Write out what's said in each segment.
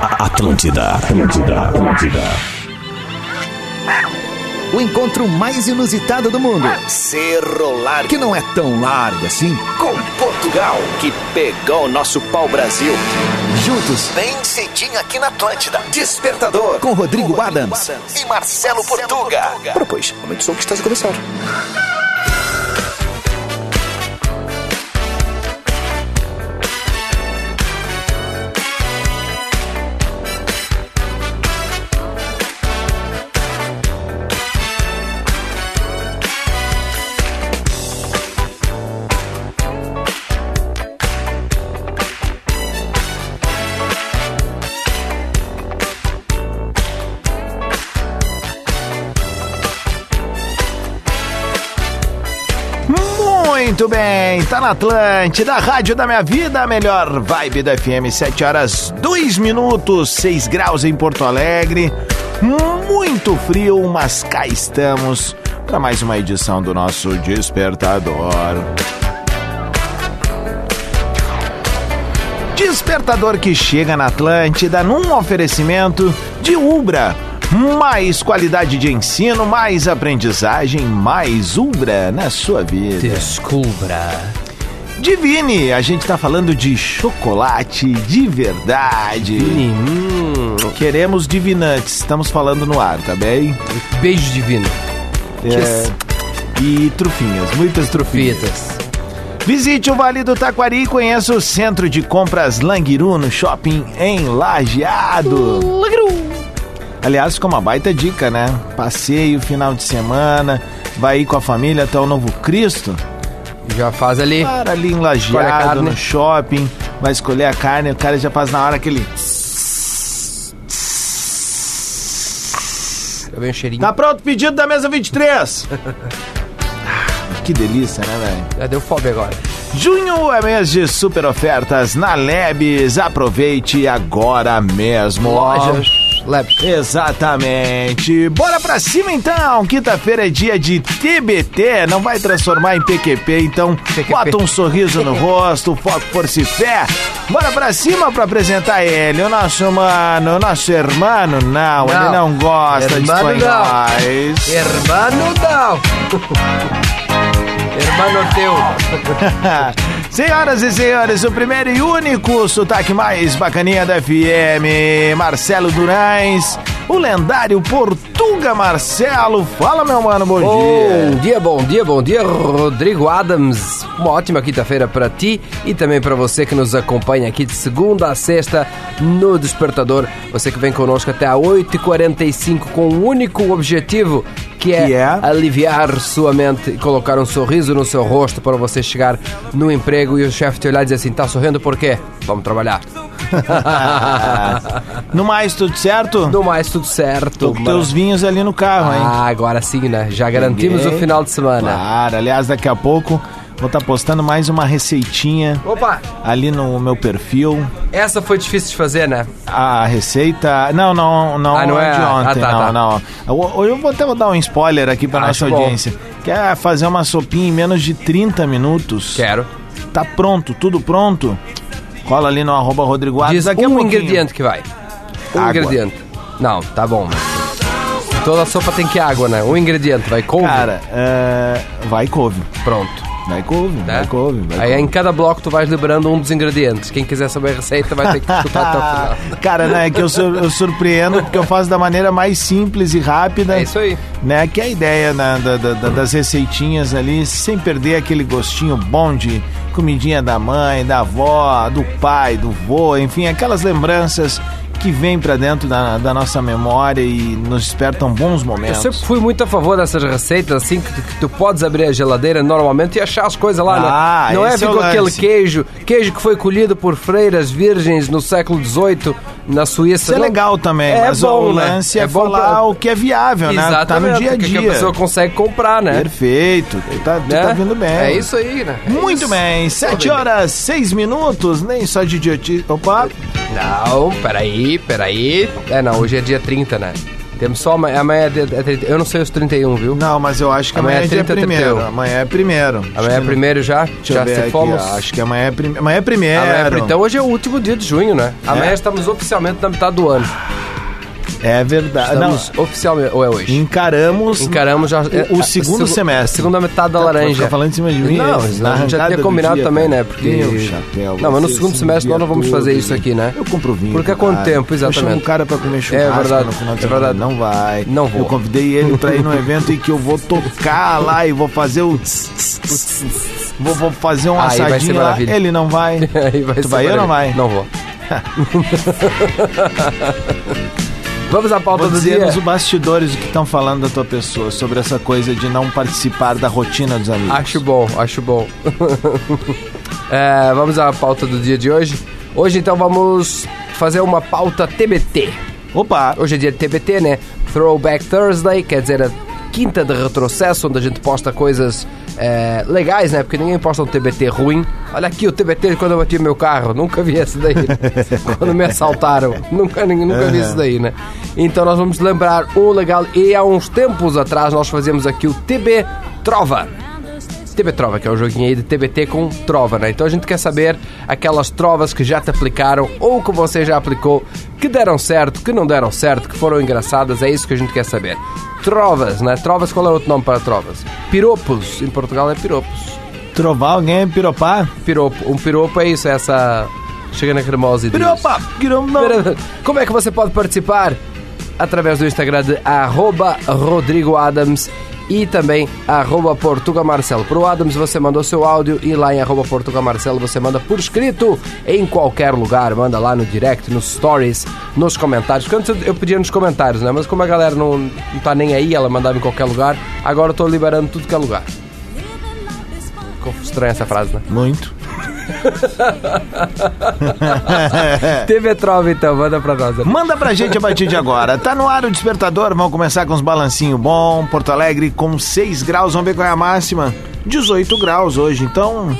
Atlântida, Atlântida, Atlântida. O encontro mais inusitado do mundo. Cerro Largo, Que não é tão largo assim. com Portugal, que pegou o nosso pau-brasil. Juntos, Bem cedinho aqui na Atlântida. Despertador, com Rodrigo Adams. e Marcelo Portuga. Ora, pois, momento som que está a começar. Muito bem, tá na Atlântida, Rádio da Minha Vida, a melhor vibe da FM, 7 horas 2 minutos, 6 graus em Porto Alegre, muito frio, mas cá estamos para mais uma edição do nosso Despertador. Despertador que chega na Atlântida num oferecimento de Ubra. Mais qualidade de ensino, mais aprendizagem, mais Ubra na sua vida. Descubra. Divine, a gente tá falando de chocolate de verdade. Hum, Queremos divinantes, estamos falando no ar, tá bem? Beijo divino. Yes. É, E trufinhas, muitas trufinhas. Fitas. Visite o Vale do Taquari e conheça o Centro de Compras Langiru no Shopping em Lajeado. Aliás, ficou uma baita dica, né? Passeio, final de semana, vai ir com a família até o Novo Cristo. Já faz ali. Para ali em Escolhe a lajeado, carne. no shopping, vai escolher a carne, o cara já faz na hora aquele. Eu venho cheirinho. Tá pronto o pedido da mesa 23! Ah, que delícia, né, velho? Já deu fome agora. Junho é mês de super ofertas na Lebes. Aproveite agora mesmo. Lojas. Labs. Exatamente. Bora pra cima então. Quinta-feira é dia de TBT. Não vai transformar em PQP, então bota um sorriso no rosto, foco, força e fé. Bora pra cima pra apresentar ele, o nosso mano, o nosso irmão. Não, ele não gosta Hermano, de espanhóis. Hermano não. Hermano teu. Senhoras e senhores, o primeiro e único sotaque mais bacaninha da FM, Marcelo Durães, o lendário Portuga Marcelo. Fala, meu mano, bom dia. Bom dia, bom dia, bom dia, Rodrigo Adams. Uma ótima quinta-feira para ti e também para você que nos acompanha aqui de segunda a sexta no Despertador. Você que vem conosco até a 8h45 com um único objetivo, que é, Que é? aliviar sua mente e colocar um sorriso no seu rosto para você chegar no emprego e o chefe te olhar e dizer assim, tá sorrindo por quê? Vamos trabalhar. No mais, tudo certo? no mais, tudo certo. Tô com teus vinhos ali no carro, hein? Ah, agora sim, né? Já garantimos Ninguém. o final de semana. Claro, aliás, daqui a pouco vou estar postando mais uma receitinha Opa! ali no meu perfil. Essa foi difícil de fazer, né? A receita. Não, não, não, Ah, não é? de ontem, Ah, tá, não, tá. Ah, não. Eu, eu vou até dar um spoiler aqui pra Acho nossa bom. audiência. Quer fazer uma sopinha em menos de 30 minutos? Quero. Tá pronto, tudo pronto? Cola ali no arroba Rodrigo Adams. Diz Daqui a um pouquinho. ingrediente que vai. Um Água. ingrediente. Não, tá bom. mas Toda sopa tem que água, né? Um ingrediente, vai couve. Cara, é, vai couve. Pronto. Vai couve, né? vai couve, vai Aí couve. em cada bloco tu vais liberando um dos ingredientes. Quem quiser saber a receita vai ter que escutar até o final. Cara, né, é que eu, sur- eu surpreendo porque eu faço da maneira mais simples e rápida. É isso aí. Né, que é a ideia né, da- da- da- das receitinhas ali, sem perder aquele gostinho bom de comidinha da mãe, da avó, do pai, do vô, enfim, aquelas lembranças que vêm pra dentro da, da nossa memória e nos despertam bons Eu momentos. sempre fui muito a favor dessas receitas, assim, que tu, que tu podes abrir a geladeira normalmente e achar as coisas lá, né? Ah, Não é esse é o ficou aquele lance. queijo, queijo que foi colhido por freiras virgens no século XVIII na Suíça. Isso é Não- legal também, É mas bom, o né? lance é, É bom falar pra- o que é viável, né? Tá no dia a o que- dia. que a pessoa consegue comprar, né? Perfeito, tu tá, tu Né? tá vindo bem. É isso aí, né? É Muito isso. bem, 7 bem. horas, 6 minutos, nem só de idiotice. Opa, Não, peraí, peraí. É, não, hoje é dia 30, né? Temos só amanhã. amanhã é, de- é 30 eu não sei os 31, viu? Não, mas eu acho que amanhã, Amanhã é é dia 30 teu. primeiro. Amanhã é primeiro. Amanhã é primeiro já? Deixa já eu ver se aqui, fomos. ó. Acho que amanhã é, prim... amanhã é primeiro. Amanhã é pri- então hoje é o último dia de junho, né? Amanhã É. estamos oficialmente na metade do ano. É verdade. Estamos oficialmente. Ou é hoje? Não, encaramos. Encaramos já. é, O- o segundo semestre. Segunda metade da Tá, tu vai laranja. ficar falando em cima de mim, é Não, na a gente já arrancada tinha do combinado dia, também, cara. né? Porque. Meu chapéu, é não, mas no vocês segundo são semestre nós não vamos fazer viaturas, isso aqui, né? Eu compro vinho. Porque há cara. quanto tempo, Eu chamo exatamente? É o cara pra comer churrasco verdade, no final de é semana. verdade. Não vai. Não vou. Eu convidei ele pra ir num evento e que eu vou tocar lá e vou fazer o... tss, tss, tss. vou, vou fazer um Aí vai ser assadinho lá. maravilha. Ele não vai. Aí vai Tu ser vai ou não maravilha. vai? Não vou. Vamos à pauta Vou do dizer dia. nos bastidores o que estão falando da tua pessoa sobre essa coisa de não participar da rotina dos amigos. Acho bom, acho bom. É, vamos à pauta do dia de hoje. Hoje, então, vamos fazer uma pauta TBT. Opa! Hoje é dia de TBT, né? Throwback Thursday, quer dizer, a quinta de retrocesso, onde a gente posta coisas é, legais, né? Porque ninguém posta um TBT ruim. Olha aqui o TBT de quando eu bati meu carro, nunca vi esse daí. quando me assaltaram, nunca, ninguém- nunca vi isso daí, né? Então nós vamos lembrar um legal. E há uns tempos atrás nós fazíamos aqui o TB Trova. TB Trova, que é um joguinho aí de TBT com trova, né? Então a gente quer saber aquelas trovas que já te aplicaram ou que você já aplicou, que deram certo, que não deram certo, que foram engraçadas, é isso que a gente quer saber. Trovas, né? Trovas, qual é o outro nome para trovas? Piropos, em Portugal é piropos. Trovar alguém é piropar? Piropo, um piropo é isso, é essa... Chega na cremosa e diz- Piropa! Piropa! como é que você pode participar? Através do Instagram de arroba Rodrigo Adams e também arroba Portuga Marcelo. Pro Adams você mandou seu áudio e lá em arroba Portuga Marcelo você manda por escrito em qualquer lugar. Manda lá no direct, nos stories, nos comentários. Porque antes eu pedia nos comentários, né? Mas como a galera não, não tá nem aí, ela mandava em qualquer lugar, agora eu tô liberando tudo que é lugar. Ficou estranha essa frase, né? Muito. TV Trova então, manda pra nós. né? Manda pra gente a partir de agora. Tá no ar o despertador, vamos começar com uns balancinho bom. Porto Alegre com 6 graus, vamos ver qual é a máxima. 18 graus hoje, então,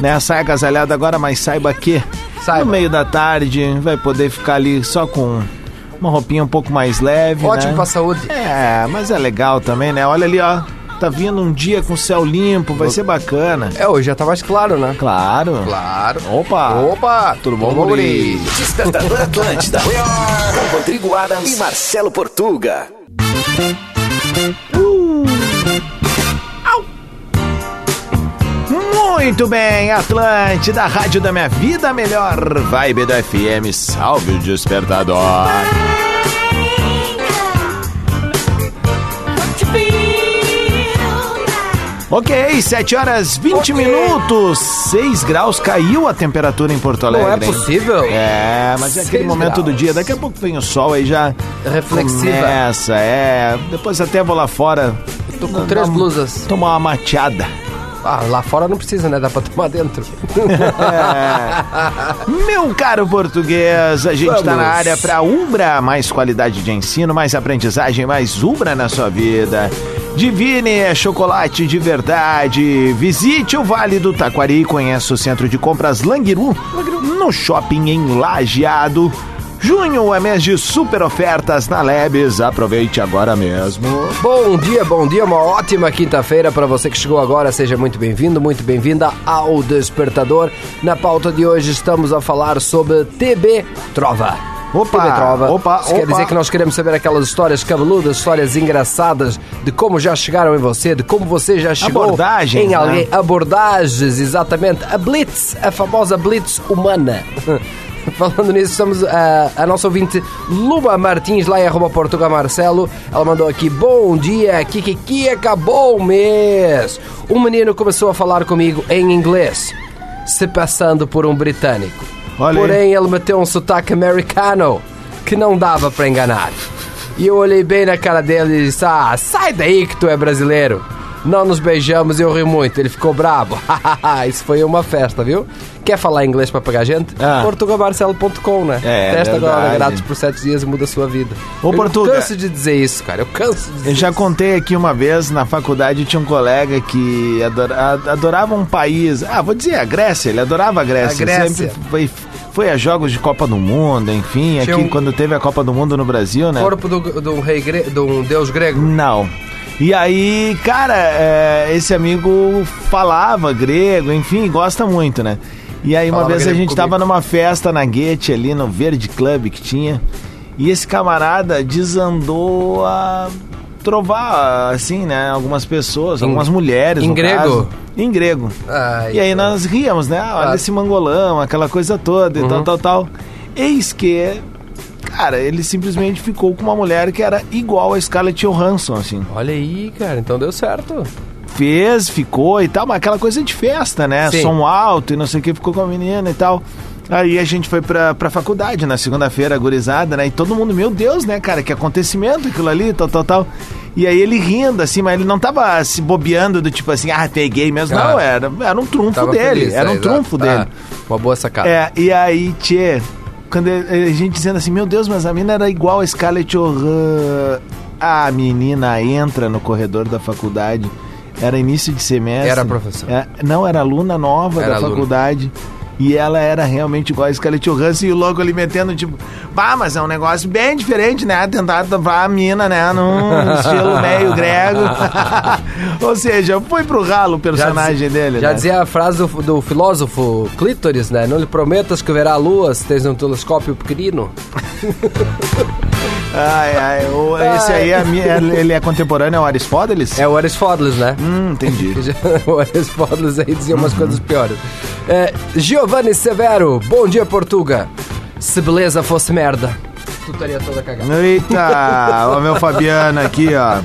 né, sai agasalhada agora, mas saiba que Saiba. no meio da tarde vai poder ficar ali só com uma roupinha um pouco mais leve, Ótimo né? pra saúde. É, mas é legal também, né? Olha ali, ó, tá vindo um dia com céu limpo, vai ser bacana. É, hoje já tá mais claro, né? Claro. Claro. Opa. Opa! Tudo bom, guri? Despertador Atlântida. Com Rodrigo Adams e Marcelo Portuga. Muito bem, Atlântida, Rádio da Minha Vida, a melhor vibe da FM, salve o despertador. Ok, 7 horas 20 minutos, 6 graus, caiu a temperatura em Porto Alegre. Não é hein? possível? É, mas é aquele Seis momento do graus. dia, daqui a pouco vem o sol aí já. Reflexiva. Começa, é. Depois até vou lá fora. um- Tô com três blusas. Tomar uma mateada. Ah, lá fora não precisa, né? Dá pra tomar dentro. Meu caro português, a gente está Vamos. na área para Umbra, mais qualidade de ensino, mais aprendizagem, mais Umbra na sua vida. Divine é chocolate de verdade. Visite o Vale do Taquari, conheça o centro de compras Langiru, no shopping em Lajeado. Junho é mês de super ofertas na Lebes, aproveite agora mesmo. Bom dia, bom dia, uma ótima quinta-feira para você que chegou agora. Seja muito bem-vindo, muito bem-vinda ao Despertador. Na pauta de hoje estamos a falar sobre TB Trova. Opa, TB Trova. opa, Isso quer opa. dizer que nós queremos saber aquelas histórias cabeludas, histórias engraçadas de como já chegaram em você, de como você já chegou Abordagens, em alguém. né? Abordagens, exatamente. A Blitz, a famosa Blitz humana. Falando nisso, estamos a, a nossa ouvinte Luma Martins, lá em arroba Portuga Marcelo. Ela mandou aqui, bom dia, Kikiki, acabou o mês. Um menino começou a falar comigo em inglês, se passando por um britânico. Olha aí. Porém, ele meteu um sotaque americano que não dava para enganar. E eu olhei bem na cara dele e disse, ah, sai daí que tu é brasileiro. Não nos beijamos e eu ri muito. Ele ficou brabo. Isso foi uma festa, viu? Quer falar inglês pra pagar gente? Ah. portugamarcelo.com, né? É, Testa agora verdade. grátis por 7 dias e muda a sua vida. Ô, eu Portuga. canso de dizer isso, cara. Eu canso de dizer Eu já isso. contei aqui uma vez, na faculdade tinha um colega que adora- a- adorava um país. Ah, vou dizer a Grécia, ele adorava a Grécia. A Grécia. Sempre foi, foi a jogos de Copa do Mundo, enfim, Tinha aqui um- quando teve a Copa do Mundo no Brasil, né? Corpo do, do rei gre... de um deus grego. Não. E aí, cara, é, esse amigo falava grego, enfim, gosta muito, né? E aí uma Falava vez a grego gente comigo. tava numa festa na Guete ali no Verde Club que tinha, e esse camarada desandou a trovar assim, né, algumas pessoas, algumas mulheres, em no grego? caso. Em grego. Ai, E aí cara. nós ríamos, né? Ah, olha Ah. esse mangolão, aquela coisa toda e Uhum. tal, tal, tal. Eis que, cara, ele simplesmente ficou com uma mulher que era igual a Scarlett Johansson, assim. Olha aí, cara, então deu certo. Fez, ficou e tal, mas aquela coisa de festa, né? Sim. Som alto e não sei o que, ficou com a menina e tal. Aí a gente foi pra, pra faculdade na segunda-feira, gurizada, né? E todo mundo, meu Deus, né, cara, que acontecimento aquilo ali, tal, tal, tal. E aí ele rindo, assim, mas ele não tava se bobeando do tipo assim, ah, peguei mesmo. Ah. Não, era, era um trunfo dele, feliz, era né? um Exato. trunfo Ah, dele. uma boa sacada. É, e aí, tchê, quando ele- a gente dizendo assim, meu Deus, mas a mina era igual a Scarlett Johansson. A menina entra no corredor da faculdade, era início de semestre. Era professora. É, não, era aluna nova Era da aluna. faculdade. E ela era realmente igual a Scarlett Johansson e o louco ali metendo, tipo, pá, mas é um negócio bem diferente, né? Tentar tapar a mina, né? Num estilo meio grego. Ou seja, foi pro ralo o personagem dizi- dele, Já né? dizia a frase do, do filósofo Clítoris, né? Não lhe prometas que verá a lua se tens um telescópio pequenino. Ai, ai, o- esse aí é, mi- é- ele é contemporâneo ao Aristóteles? É o Aristóteles, né? Hum, entendi. o Aristóteles aí dizia umas coisas piores. É, Giovanni Severo, bom dia, Portuga. Se beleza fosse merda, tu estaria toda cagada. Eita, o meu Fabiano aqui, ó.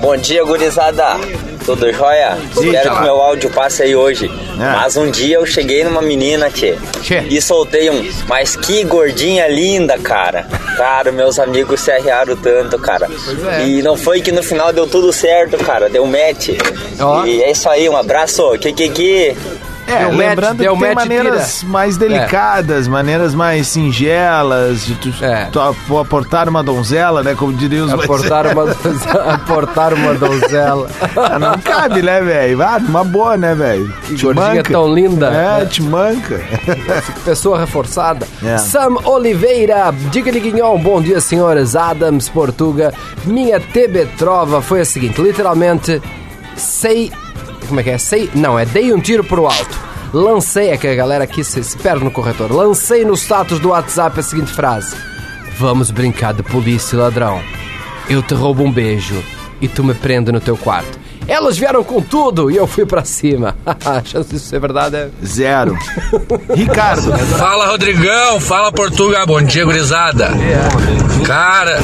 Bom dia, gurizada. Tudo jóia? Espero que meu áudio passe aí hoje. É. Mas um dia eu cheguei numa menina, tchê, Tchê. e soltei um. Mas que gordinha linda, cara. Cara, meus amigos se arrearam tanto, cara. é. E não foi que no final deu tudo certo, cara. Deu match. Ó. E é isso aí, um abraço. Que que que? É, Deu match, lembrando deu que tem match, maneiras tira. mais delicadas, maneiras mais singelas de tu, É. tu ap- aportar uma donzela, né? Como diriam os é. Aportar uma, donzela- aportar uma donzela. Ah, Não cabe, né, velho? Ah, uma boa, né, velho? Que gordinha tão linda. É, te manca. Pessoa reforçada. É. Sam Oliveira, diga-lhe Guignon, bom dia senhores. Adams, Portuga. Minha TB Trova foi a seguinte, literalmente, sei... Como é que é? Sei... Não, é dei um tiro pro alto. Lancei, é que a galera aqui se, se perde no corretor. Lancei no status do WhatsApp a seguinte frase. Vamos brincar de polícia e ladrão. Eu te roubo um beijo e tu me prende no teu quarto. Elas vieram com tudo e eu fui pra cima. a chance disso ser verdade é... Zero. Ricardo. Fala Rodrigão, fala Portugal, bom dia gurizada. Cara,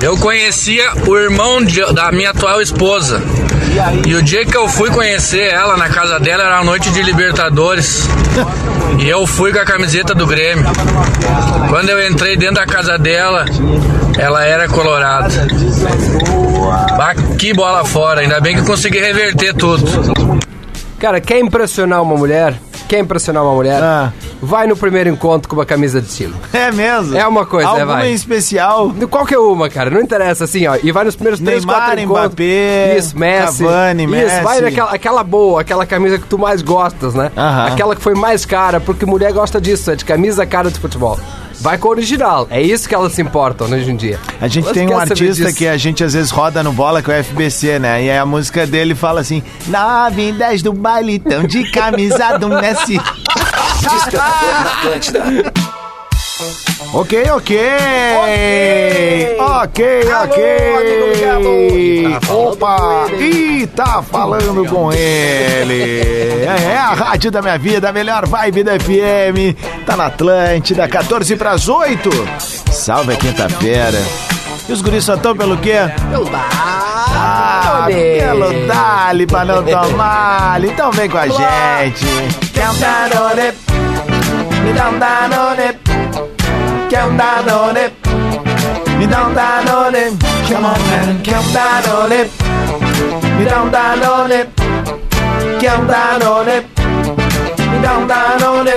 eu conhecia o irmão de- da minha atual esposa. E o dia que eu fui conhecer ela na casa dela era a noite de Libertadores. E eu fui com a camiseta do Grêmio. Quando eu entrei dentro da casa dela, ela era colorada. Bah, que bola fora, ainda bem que eu consegui reverter tudo. Cara, quer impressionar uma mulher? Quer impressionar uma mulher? Ah. Vai no primeiro encontro com uma camisa de estilo. É mesmo? É uma coisa, Alguma é, vai. em especial. Qualquer uma, cara, não interessa, assim, ó. E vai nos primeiros três, Neymar, quatro encontros. Mbappé, Isso, Messi. Cavani, isso, Messi. vai naquela aquela boa, aquela camisa que tu mais gostas, né? Aham. Aquela que foi mais cara, porque mulher gosta disso, é de camisa cara de futebol. Vai com a original. É isso que elas se importam né, hoje em dia. A gente Elas tem um querem saber artista disso. que a gente às vezes roda no bola, que é o FBC, né? E aí a música dele fala assim: 9 e 10 do baile, tão de camisado nesse. ok, ok! Ok, ok! Opa! E tá falando com ele! É a rádio da minha vida, a melhor vibe da FM! Tá na Atlântida, 14 pras 8! Salve a quinta-feira! E os guris só tão pelo quê? Ah, pelo Dali pra não tomar. Então vem com a gente. Quer um Danone? Me dá um Danone. Quer um Danone? Me dá um Danone. Come on, man. Quer um Danone? Me dá um Danone. Quer um Danone? Me dá um Danone.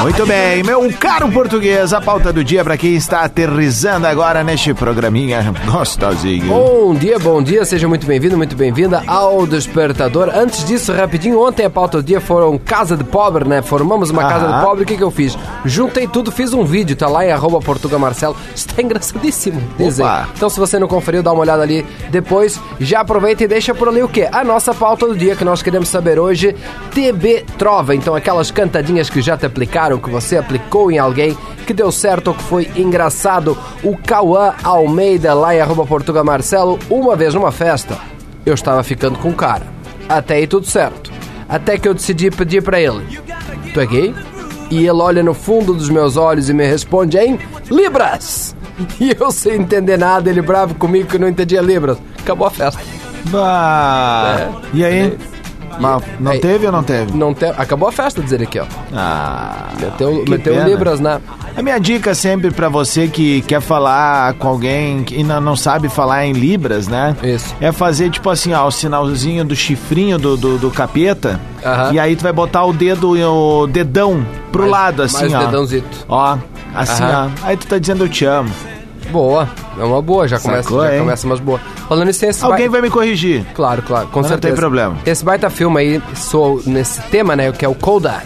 Muito bem, meu caro português, a pauta do dia para quem está aterrizando agora neste programinha gostosinho. Bom dia, bom dia, seja muito bem-vindo, muito bem-vinda ao Despertador. Antes disso, rapidinho, ontem a pauta do dia foram casa de pobre, né? Formamos uma casa de Aham. pobre, o que que eu fiz? Juntei tudo, fiz um vídeo, tá lá em arroba Portuga Marcelo. Está engraçadíssimo, desenho. Então se você não conferiu, dá uma olhada ali depois. Já aproveita e deixa por ali o quê? A nossa pauta do dia que nós queremos saber hoje, TB Trova. Então aquelas cantadinhas que já te aplicaram, que você aplicou em alguém, que deu certo ou que foi engraçado. O Cauã Almeida, lá em arroba Portuga Marcelo, uma vez numa festa, eu estava ficando com o cara. Até aí tudo certo. Até que eu decidi pedir pra ele. Tu é gay? E ele olha no fundo dos meus olhos e me responde em Libras! E eu sem entender nada, ele bravo comigo que não entendia Libras. Acabou a festa. Bah. E aí? Mas não Aí. teve ou não teve? Não tem, acabou a festa, dizer aqui, ó. Ah. Meteu, que meteu pena. Libras na. A minha dica é sempre pra você que quer falar com alguém que- e não, não sabe falar em libras, né? Isso. É fazer tipo assim, ó, o sinalzinho do chifrinho do, do, do capeta. Aham. E aí tu vai botar o dedo, o dedão pro Mais- lado, assim, mais ó. dedãozito. Ó, assim, Aham. ó. Aí tu tá dizendo eu te amo. Boa. É uma boa, já começa, Sacou, já hein? começa umas boas. Falando isso, esse Alguém ba- vai me corrigir. Claro, claro, com Mas não certeza. tem problema. Esse baita filme aí, sou nesse tema, né? Que é o Coldar.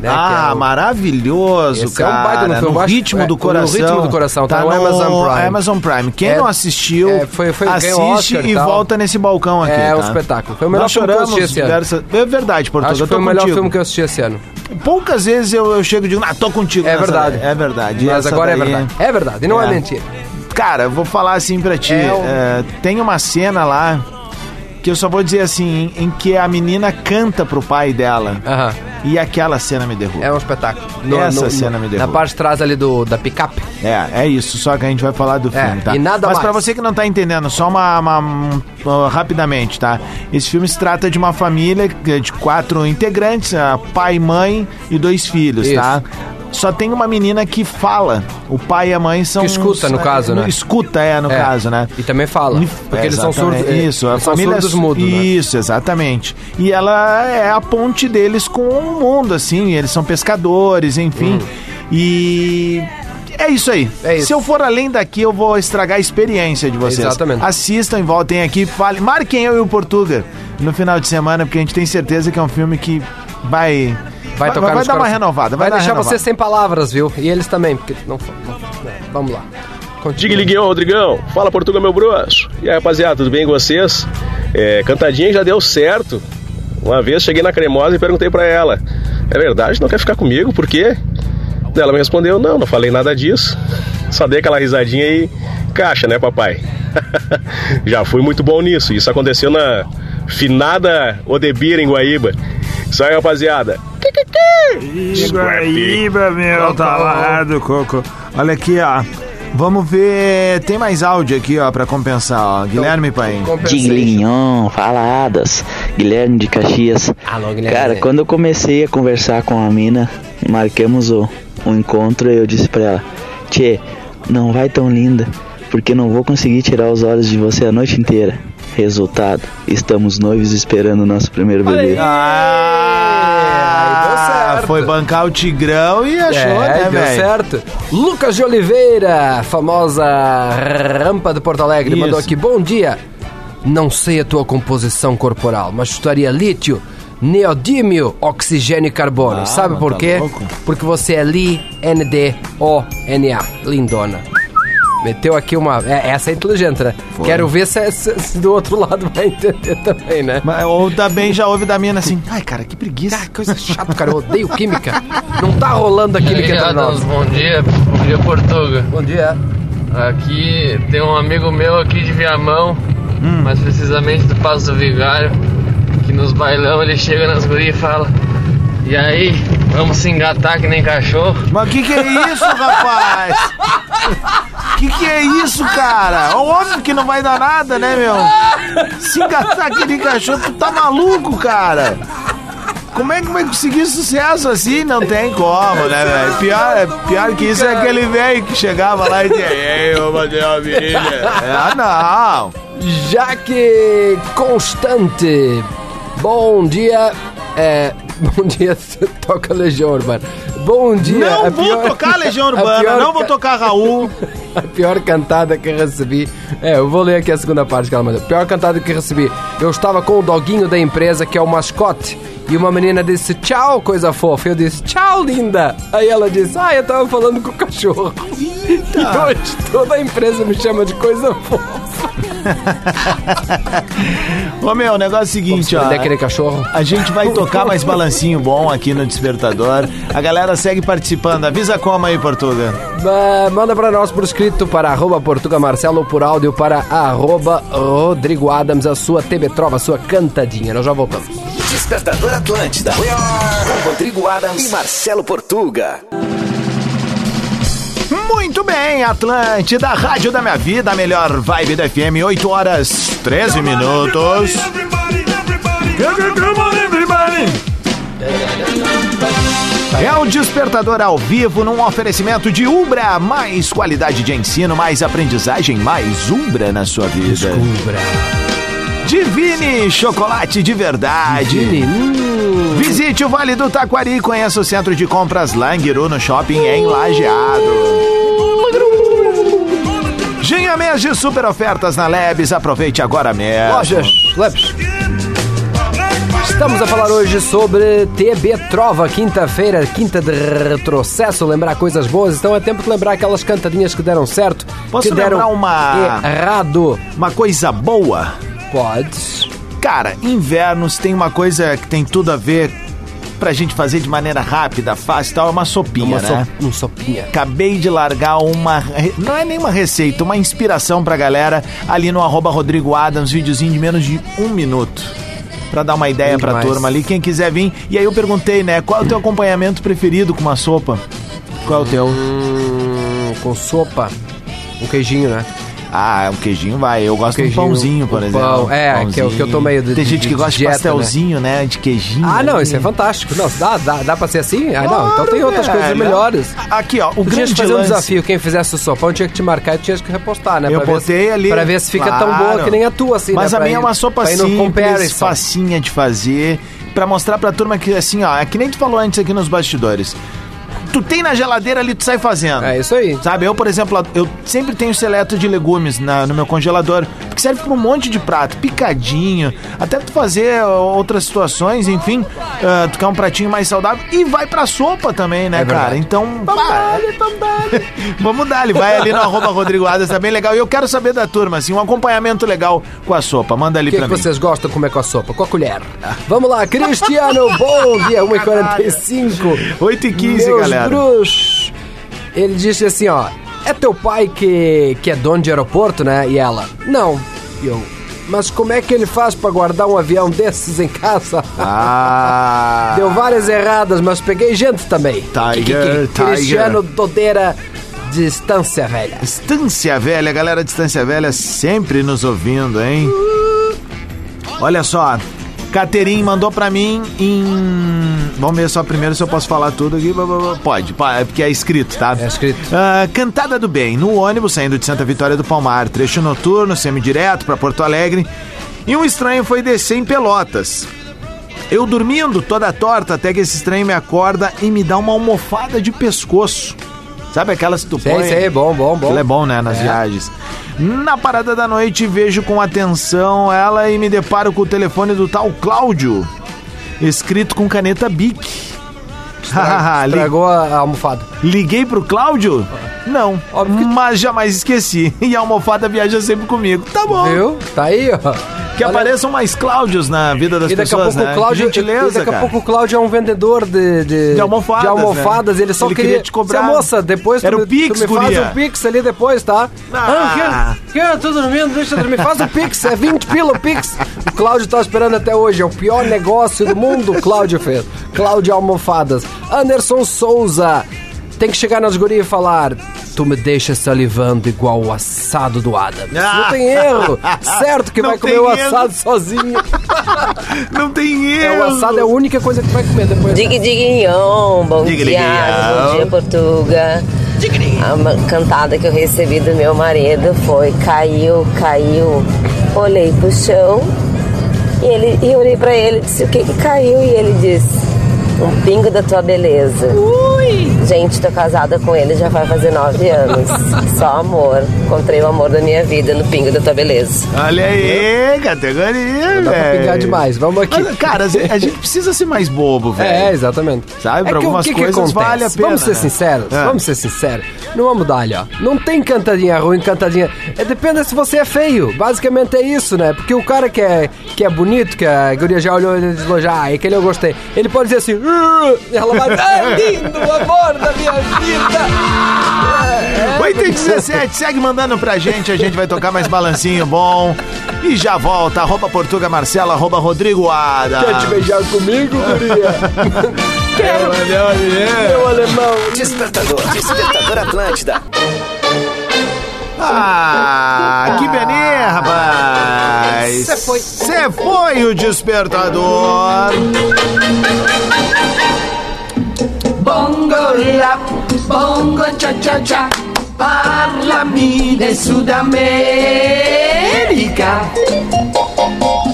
Né, ah, que é o- maravilhoso, Esse é um cara. baita no filme, eu no acho- ritmo é, do no coração. Ritmo do Coração, tá no Amazon Prime. Amazon Prime. Quem É, não assistiu, é, foi- foi- ganhou assiste Oscar e e tal. volta nesse balcão aqui. É um tá? espetáculo. Foi o melhor Nós filme que eu choramos assisti esse ano. diversas- É verdade, Portugal. Acho que foi eu o tô melhor contigo. filme que eu assisti esse ano. Poucas vezes eu, eu chego e digo, ah, tô contigo. É nessa verdade. daí." É verdade. E Mas essa agora é daí- verdade. É verdade, e não é, É. mentira. Cara, eu vou falar assim pra ti. É um- é, tem uma cena lá que eu só vou dizer assim, em, em que a menina canta pro pai dela. Aham. E aquela cena me derruba. É um espetáculo. Essa cena me Na derruba. parte de trás ali do, da picape. É, é isso, só que a gente vai falar do É, filme, tá? e nada Mas mais. pra você que não tá entendendo, só uma, uma- um, ó, rapidamente, tá? Esse filme se trata de uma família eh, de quatro integrantes, ah, pai, mãe e dois filhos, Isso. tá? Só tem uma menina que fala. O pai e a mãe são. Que escuta, no é, caso, né? Escuta, é, no É. caso, né? E também fala. E- Porque é, eles são exatamente. surdos. é, Isso, a eles são família. surdos mudos, né? Isso, exatamente. E ela é a ponte deles com o mundo, assim. Eles são pescadores, enfim. E. É isso aí. Hum. É isso. Se eu for além daqui, eu vou estragar a experiência de vocês. Exatamente. Assistam e voltem aqui, falem. Marquem eu e o Portuga no final de semana, porque a gente tem certeza que é um filme que vai. Vai tocar vai nos dar uma corações. renovada. Vai, Vai, dar deixar renovada. você sem palavras, viu? E eles também, porque não. não- não- Vamos lá. Diga Continua. Liguinho, Rodrigão. Fala Portuga, meu broxo. E aí, rapaziada, tudo bem com vocês? É, cantadinha já deu certo. Uma vez cheguei na cremosa e perguntei pra ela: É verdade, não quer ficar comigo? Por quê? Daí Ela me respondeu: Não, não falei nada disso. Só dei aquela risadinha e caixa, né, papai? já fui muito bom nisso. Isso aconteceu na finada Odebir em Guaíba. Isso aí, rapaziada. Guaíba, meu, tá lá do coco. Olha aqui, ó. Vamos ver. Tem mais áudio aqui, ó, pra compensar, ó. Então, Guilherme Paim. Compensation. Digliguinhon, fala Adas, Guilherme de Caxias. Alô, Guilherme. Cara, quando eu comecei a conversar com a mina, marcamos o, o encontro e eu disse pra ela: Tchê, não vai tão linda, porque não vou conseguir tirar os olhos de você a noite inteira. Resultado: estamos noivos esperando o nosso primeiro bebê. Ah, Aí deu certo. foi bancar o Tigrão e achou, É, né, deu velho? certo. Lucas de Oliveira, famosa rampa do Porto Alegre, Isso. mandou aqui: Bom dia. Não sei a tua composição corporal, mas chutaria lítio, neodímio, oxigênio e carbono. Ah, Sabe mas por tá quê? louco. Porque você é Li, ND, O, NA. Lindona. Meteu aqui uma. é, essa é inteligente, né? Quero ver se, se- se do outro lado vai entender também, né? Mas, ou também já ouve da mina assim. Ai, cara, que preguiça. Ah, coisa chata, cara. Eu odeio química. Não tá rolando a química Aí, entre Adams, nós. bom dia, bom dia Portuga. Bom dia. Aqui tem um amigo meu aqui de Viamão, mais precisamente do Passo do Vigário, que nos bailão ele chega nas gurias e fala, e aí, vamos se engatar que nem cachorro? Mas o que, que é isso, rapaz? O que, que é isso, cara? Óbvio que não vai dar nada, né, meu? Se engatar aquele cachorro, tu tá maluco, cara. Como é que vai conseguir sucesso assim? Não tem como, né, velho? Pior, pior que isso é aquele velho que chegava lá e dizia: Ei, eu vou fazer uma virilha. Ah, não. Jaque Constante. Bom dia. É, bom dia, toca Legião Urbana. Bom dia. Não a vou pior- tocar Legião a Urbana, pior não vou ca- tocar Raul. A pior cantada que eu recebi. É, eu vou ler aqui a segunda parte que ela mandou. Pior cantada que eu recebi. Eu estava com o doguinho da empresa, que é o mascote. E uma menina disse, tchau, coisa fofa. Eu disse, tchau, linda. Aí ela disse, ah, eu tava falando com o cachorro. E hoje toda a empresa me chama de coisa fofa. Ô meu, o negócio é o seguinte, ó. Onde é aquele cachorro? A gente vai tocar mais balancinho bom aqui no Despertador. A galera segue participando. Avisa como aí, Portuga. Ah, manda pra nós por escrito para arroba Portuga Marcelo, por áudio para arroba Rodrigo Adams, a sua TB Trova, a sua cantadinha. Nós já voltamos. Despertador Atlântida. We are... Com Rodrigo Adams e Marcelo Portuga. Muito bem, Atlântida, Rádio da Minha Vida, a melhor vibe da FM, 8 horas 13 minutos. É o Despertador ao vivo num oferecimento de Umbra. Mais qualidade de ensino, mais aprendizagem, mais Umbra na sua vida. Divine Chocolate de Verdade. Visite o Vale do Taquari e conheça o centro de compras Langiru no shopping em Lajeado. Ginha mês de super ofertas na Lebes, aproveite agora mesmo. Lojas Labs. Estamos a falar hoje sobre TB Trova, quinta-feira, quinta de retrocesso, lembrar coisas boas, então é tempo de lembrar aquelas cantadinhas que deram certo, Posso que deram lembrar uma- errado. Uma coisa boa. Podes. Cara, invernos tem uma coisa que tem tudo a ver pra gente fazer de maneira rápida, fácil e tal, é uma sopinha, Uma né? so, um sopinha. Acabei de largar uma. re- Não é nem uma receita, uma inspiração pra galera ali no arroba Rodrigo Adams, videozinho de menos de um minuto. Pra dar uma ideia Bem pra demais. turma ali, quem quiser vir. E aí eu perguntei, né, qual é o teu acompanhamento preferido com uma sopa? Qual é o teu? Hum, com sopa, um queijinho, né? Ah, um queijinho vai. Eu gosto de um Queijinho, pãozinho, por um exemplo. pão. É, que é o que eu tô meio de- Tem gente de- que de gosta de, dieta, pastelzinho, né? De queijinho. Ah, não, ali. isso é fantástico. Não, dá, dá, dá pra ser assim? Ah, não, então Claro, tem outras coisas velho. melhores. Aqui, ó, o Podias grande fazer um lance- desafio, quem fizesse o sopão tinha que te marcar e tinha que repostar, né? Eu pra ver se- botei ali. Pra ver se fica tão claro. boa que nem a tua, assim, Mas né? a Pra minha é ir- uma sopa pra ir no simples, comparison. facinha de fazer, pra mostrar pra turma que, assim, ó, é que nem tu falou antes aqui nos bastidores. Tu tem na geladeira ali, tu sai fazendo. É isso aí. Sabe, eu, por exemplo, eu sempre tenho seleto de legumes na- no meu congelador, porque serve pra um monte de prato, picadinho, até tu fazer ó, outras situações, enfim, ah, tu quer um pratinho mais saudável e vai pra sopa também, né, É verdade. cara? Então, pá, Vamos dar, ele vai ali no arroba Rodrigo Adas, tá bem legal. E eu quero saber da turma, assim, um acompanhamento legal com a sopa. Manda ali O que, pra que mim. Ah. vocês gostam de comer com a sopa? Com a colher. Vamos lá, Cristiano, é um bom dia, 1h45. 8h15, Meus galera. bruxos. Ele disse assim, ó, é teu pai que, que é dono de aeroporto, né? E ela, não. E eu, mas como é que ele faz pra guardar um avião desses em casa? Ah, Deu várias erradas, mas peguei gente também. Tiger, Tiger. Cristiano Dodeira, distância velha. Distância Velha, galera Distância Velha sempre nos ouvindo, hein? Olha só, Caterim mandou pra mim em... Vamos ver só primeiro se eu posso falar tudo aqui. Blá, blá, blá. Pode, pa- é porque é escrito, tá? É escrito. Ah, Cantada do Bem, no ônibus saindo de Santa Vitória do Palmar, trecho noturno, semidireto pra Porto Alegre. E um estranho foi descer em Pelotas. Eu dormindo toda torta até que esse estranho me acorda e me dá uma almofada de pescoço. Sabe aquelas que tu Sei, põe- sei, bom, bom, bom. Aquilo é bom, né? Nas viagens. Na parada da noite, vejo com atenção ela e me deparo com o telefone do tal Cláudio, escrito com caneta Bic. Hahaha, li- Estragou a a almofada. Liguei pro Cláudio? Não, Óbvio que- mas jamais esqueci. E a almofada viaja sempre comigo. Tá bom. Viu? Tá aí, ó. Que Olha, apareçam mais Cláudios na vida das E daqui a pessoas, pouco né? o Que Cláudio. e Gentileza, daqui a cara. pouco o Cláudio é um vendedor de. De, De almofadas, de almofadas. né? Ele só Ele queria. queria te cobrar. Seu moça, depois Era tu, o me- Pix, tu me faz guria. o Pix ali depois, tá? Ah. que, que, eu tô dormindo, deixa eu dormir. Faz o Pix, é 20 pila o Pix. O Cláudio tá esperando até hoje. É o pior negócio do mundo, o Cláudio fez. Cláudio Almofadas. Anderson Souza. Tem que chegar nas gurias e falar. Tu me deixa salivando igual o assado do Adam. Ah. Não tem erro. Certo que Não vai tem comer o erro. assado sozinho. Não tem É, erro. o assado é a única coisa que vai comer depois. Dig Diguinhon, bom Dig, dia, diguinhão. bom dia Portuga. A ma- cantada que eu recebi do meu marido foi caiu, caiu. Olhei pro chão e, ele, e olhei pra ele disse o que que caiu e ele disse um pingo da tua beleza. Ui! Gente, tô casada com ele já vai fazer nove anos. Só amor. Encontrei o amor da minha vida no pingo da tua beleza. Olha aí, categoria, Dá pra velho. pingar demais. Vamos aqui. Mas, cara, a gente precisa ser mais bobo, velho. É, exatamente. Sabe, É pra que o algumas que que coisas acontece? vale a pena, Vamos ser né? sinceros, É. vamos ser sinceros. Não vamos dar ali, ó. Não tem cantadinha ruim, cantadinha... É, depende se você é feio. Basicamente é isso, né? Porque o cara que é, que é bonito, que a guria já olhou e diz, já, ah, aquele eu gostei. Ele pode dizer assim... "Uh", e ela vai... Ah, lindo, amor da minha É, vida! 8 e 17, segue mandando pra gente, a gente vai tocar mais balancinho bom. E já volta, arroba Portuga Marcela, arroba Rodrigo Ada. Quer te beijar comigo, guria? Quero, meu alemão. Despertador, Despertador Atlântida. Ah, que beleza, rapaz. Você foi. Você foi o despertador. Bongo rap, bongo cha cha cha, parlami de Sudamérica.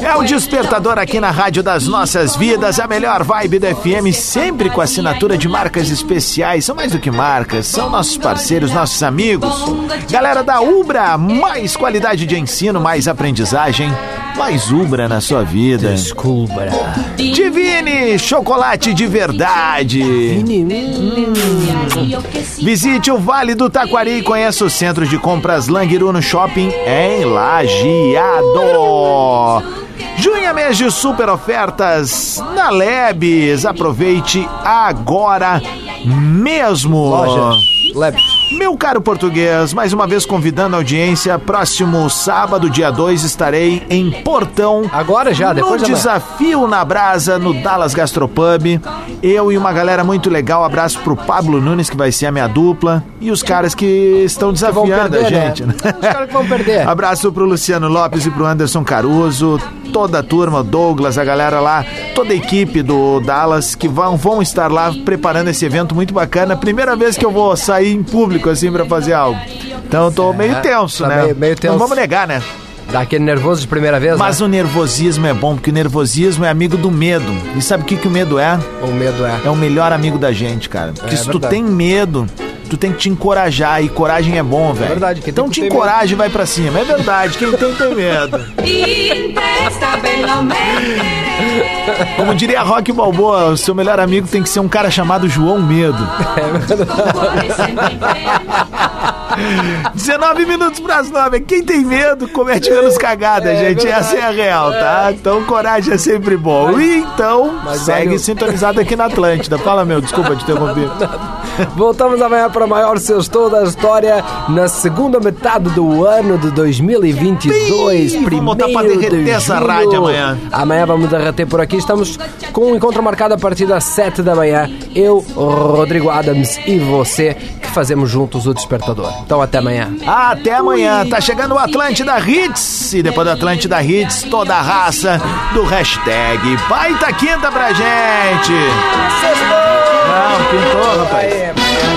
É o despertador aqui na Rádio das Nossas Vidas, a melhor vibe do FM, sempre com assinatura de marcas especiais. São mais do que marcas, são nossos parceiros, nossos amigos. Galera da Ubra, mais qualidade de ensino, mais aprendizagem, mais Ubra na sua vida. Desculpa. Divine, chocolate de verdade. Visite o Vale do Taquari e conheça o centro de compras Langiru no Shopping em Lajeado. Junho é mês de super ofertas na Lebes. Aproveite agora mesmo. Leves. Meu caro português, mais uma vez convidando a audiência, próximo sábado, dia 2, estarei em Portão. Agora já, depois No da manhã. Desafio na Brasa, no Dallas Gastropub. Eu e uma galera muito legal. Abraço pro Pablo Nunes, que vai ser a minha dupla. E os caras que estão desafiando a né? gente. né? Os caras que vão perder. Abraço pro Luciano Lopes e pro Anderson Caruso, toda a turma, o Douglas, a galera lá, toda a equipe do Dallas que vão, vão estar lá preparando esse evento muito bacana. Primeira vez que eu vou sair em público assim pra fazer algo. Então eu tô meio tenso, tá né? meio- meio tenso. Não vamos negar, né? Dá aquele nervoso de primeira vez, Mas o nervosismo é bom, porque o nervosismo é amigo do medo. E sabe o que, que o medo é? né? O medo é... É o melhor amigo da gente, cara. Porque É se tu verdade. tem medo, tu tem que te encorajar. E coragem é bom, velho. verdade, quem Então tem que te ter encoraja e vai pra cima. É verdade, quem tem tem medo. Como diria Rock Balboa, o seu melhor amigo tem que ser um cara chamado João Medo. 19 minutos pras 9. Quem tem medo comete menos cagada, gente. Essa é a real, tá? Então coragem é sempre bom. E então, segue vale o- sintonizado aqui na Atlântida. Fala, meu, desculpa te interromper. Voltamos amanhã para o maior sextou da história na segunda metade do ano de 2022. Ih, primeiro vamos botar pra derreter de essa julho. rádio amanhã. Amanhã vamos derreter por aqui. Estamos com um encontro marcado a partir das 7 da manhã. Eu, Rodrigo Adams e você que fazemos juntos o Despertador. Então até amanhã. Até amanhã. Tá chegando o Atlântida Hits. E depois do Atlântida Hits, toda a raça do hashtag Baita Quinta pra gente. Não, pintou, rapaz.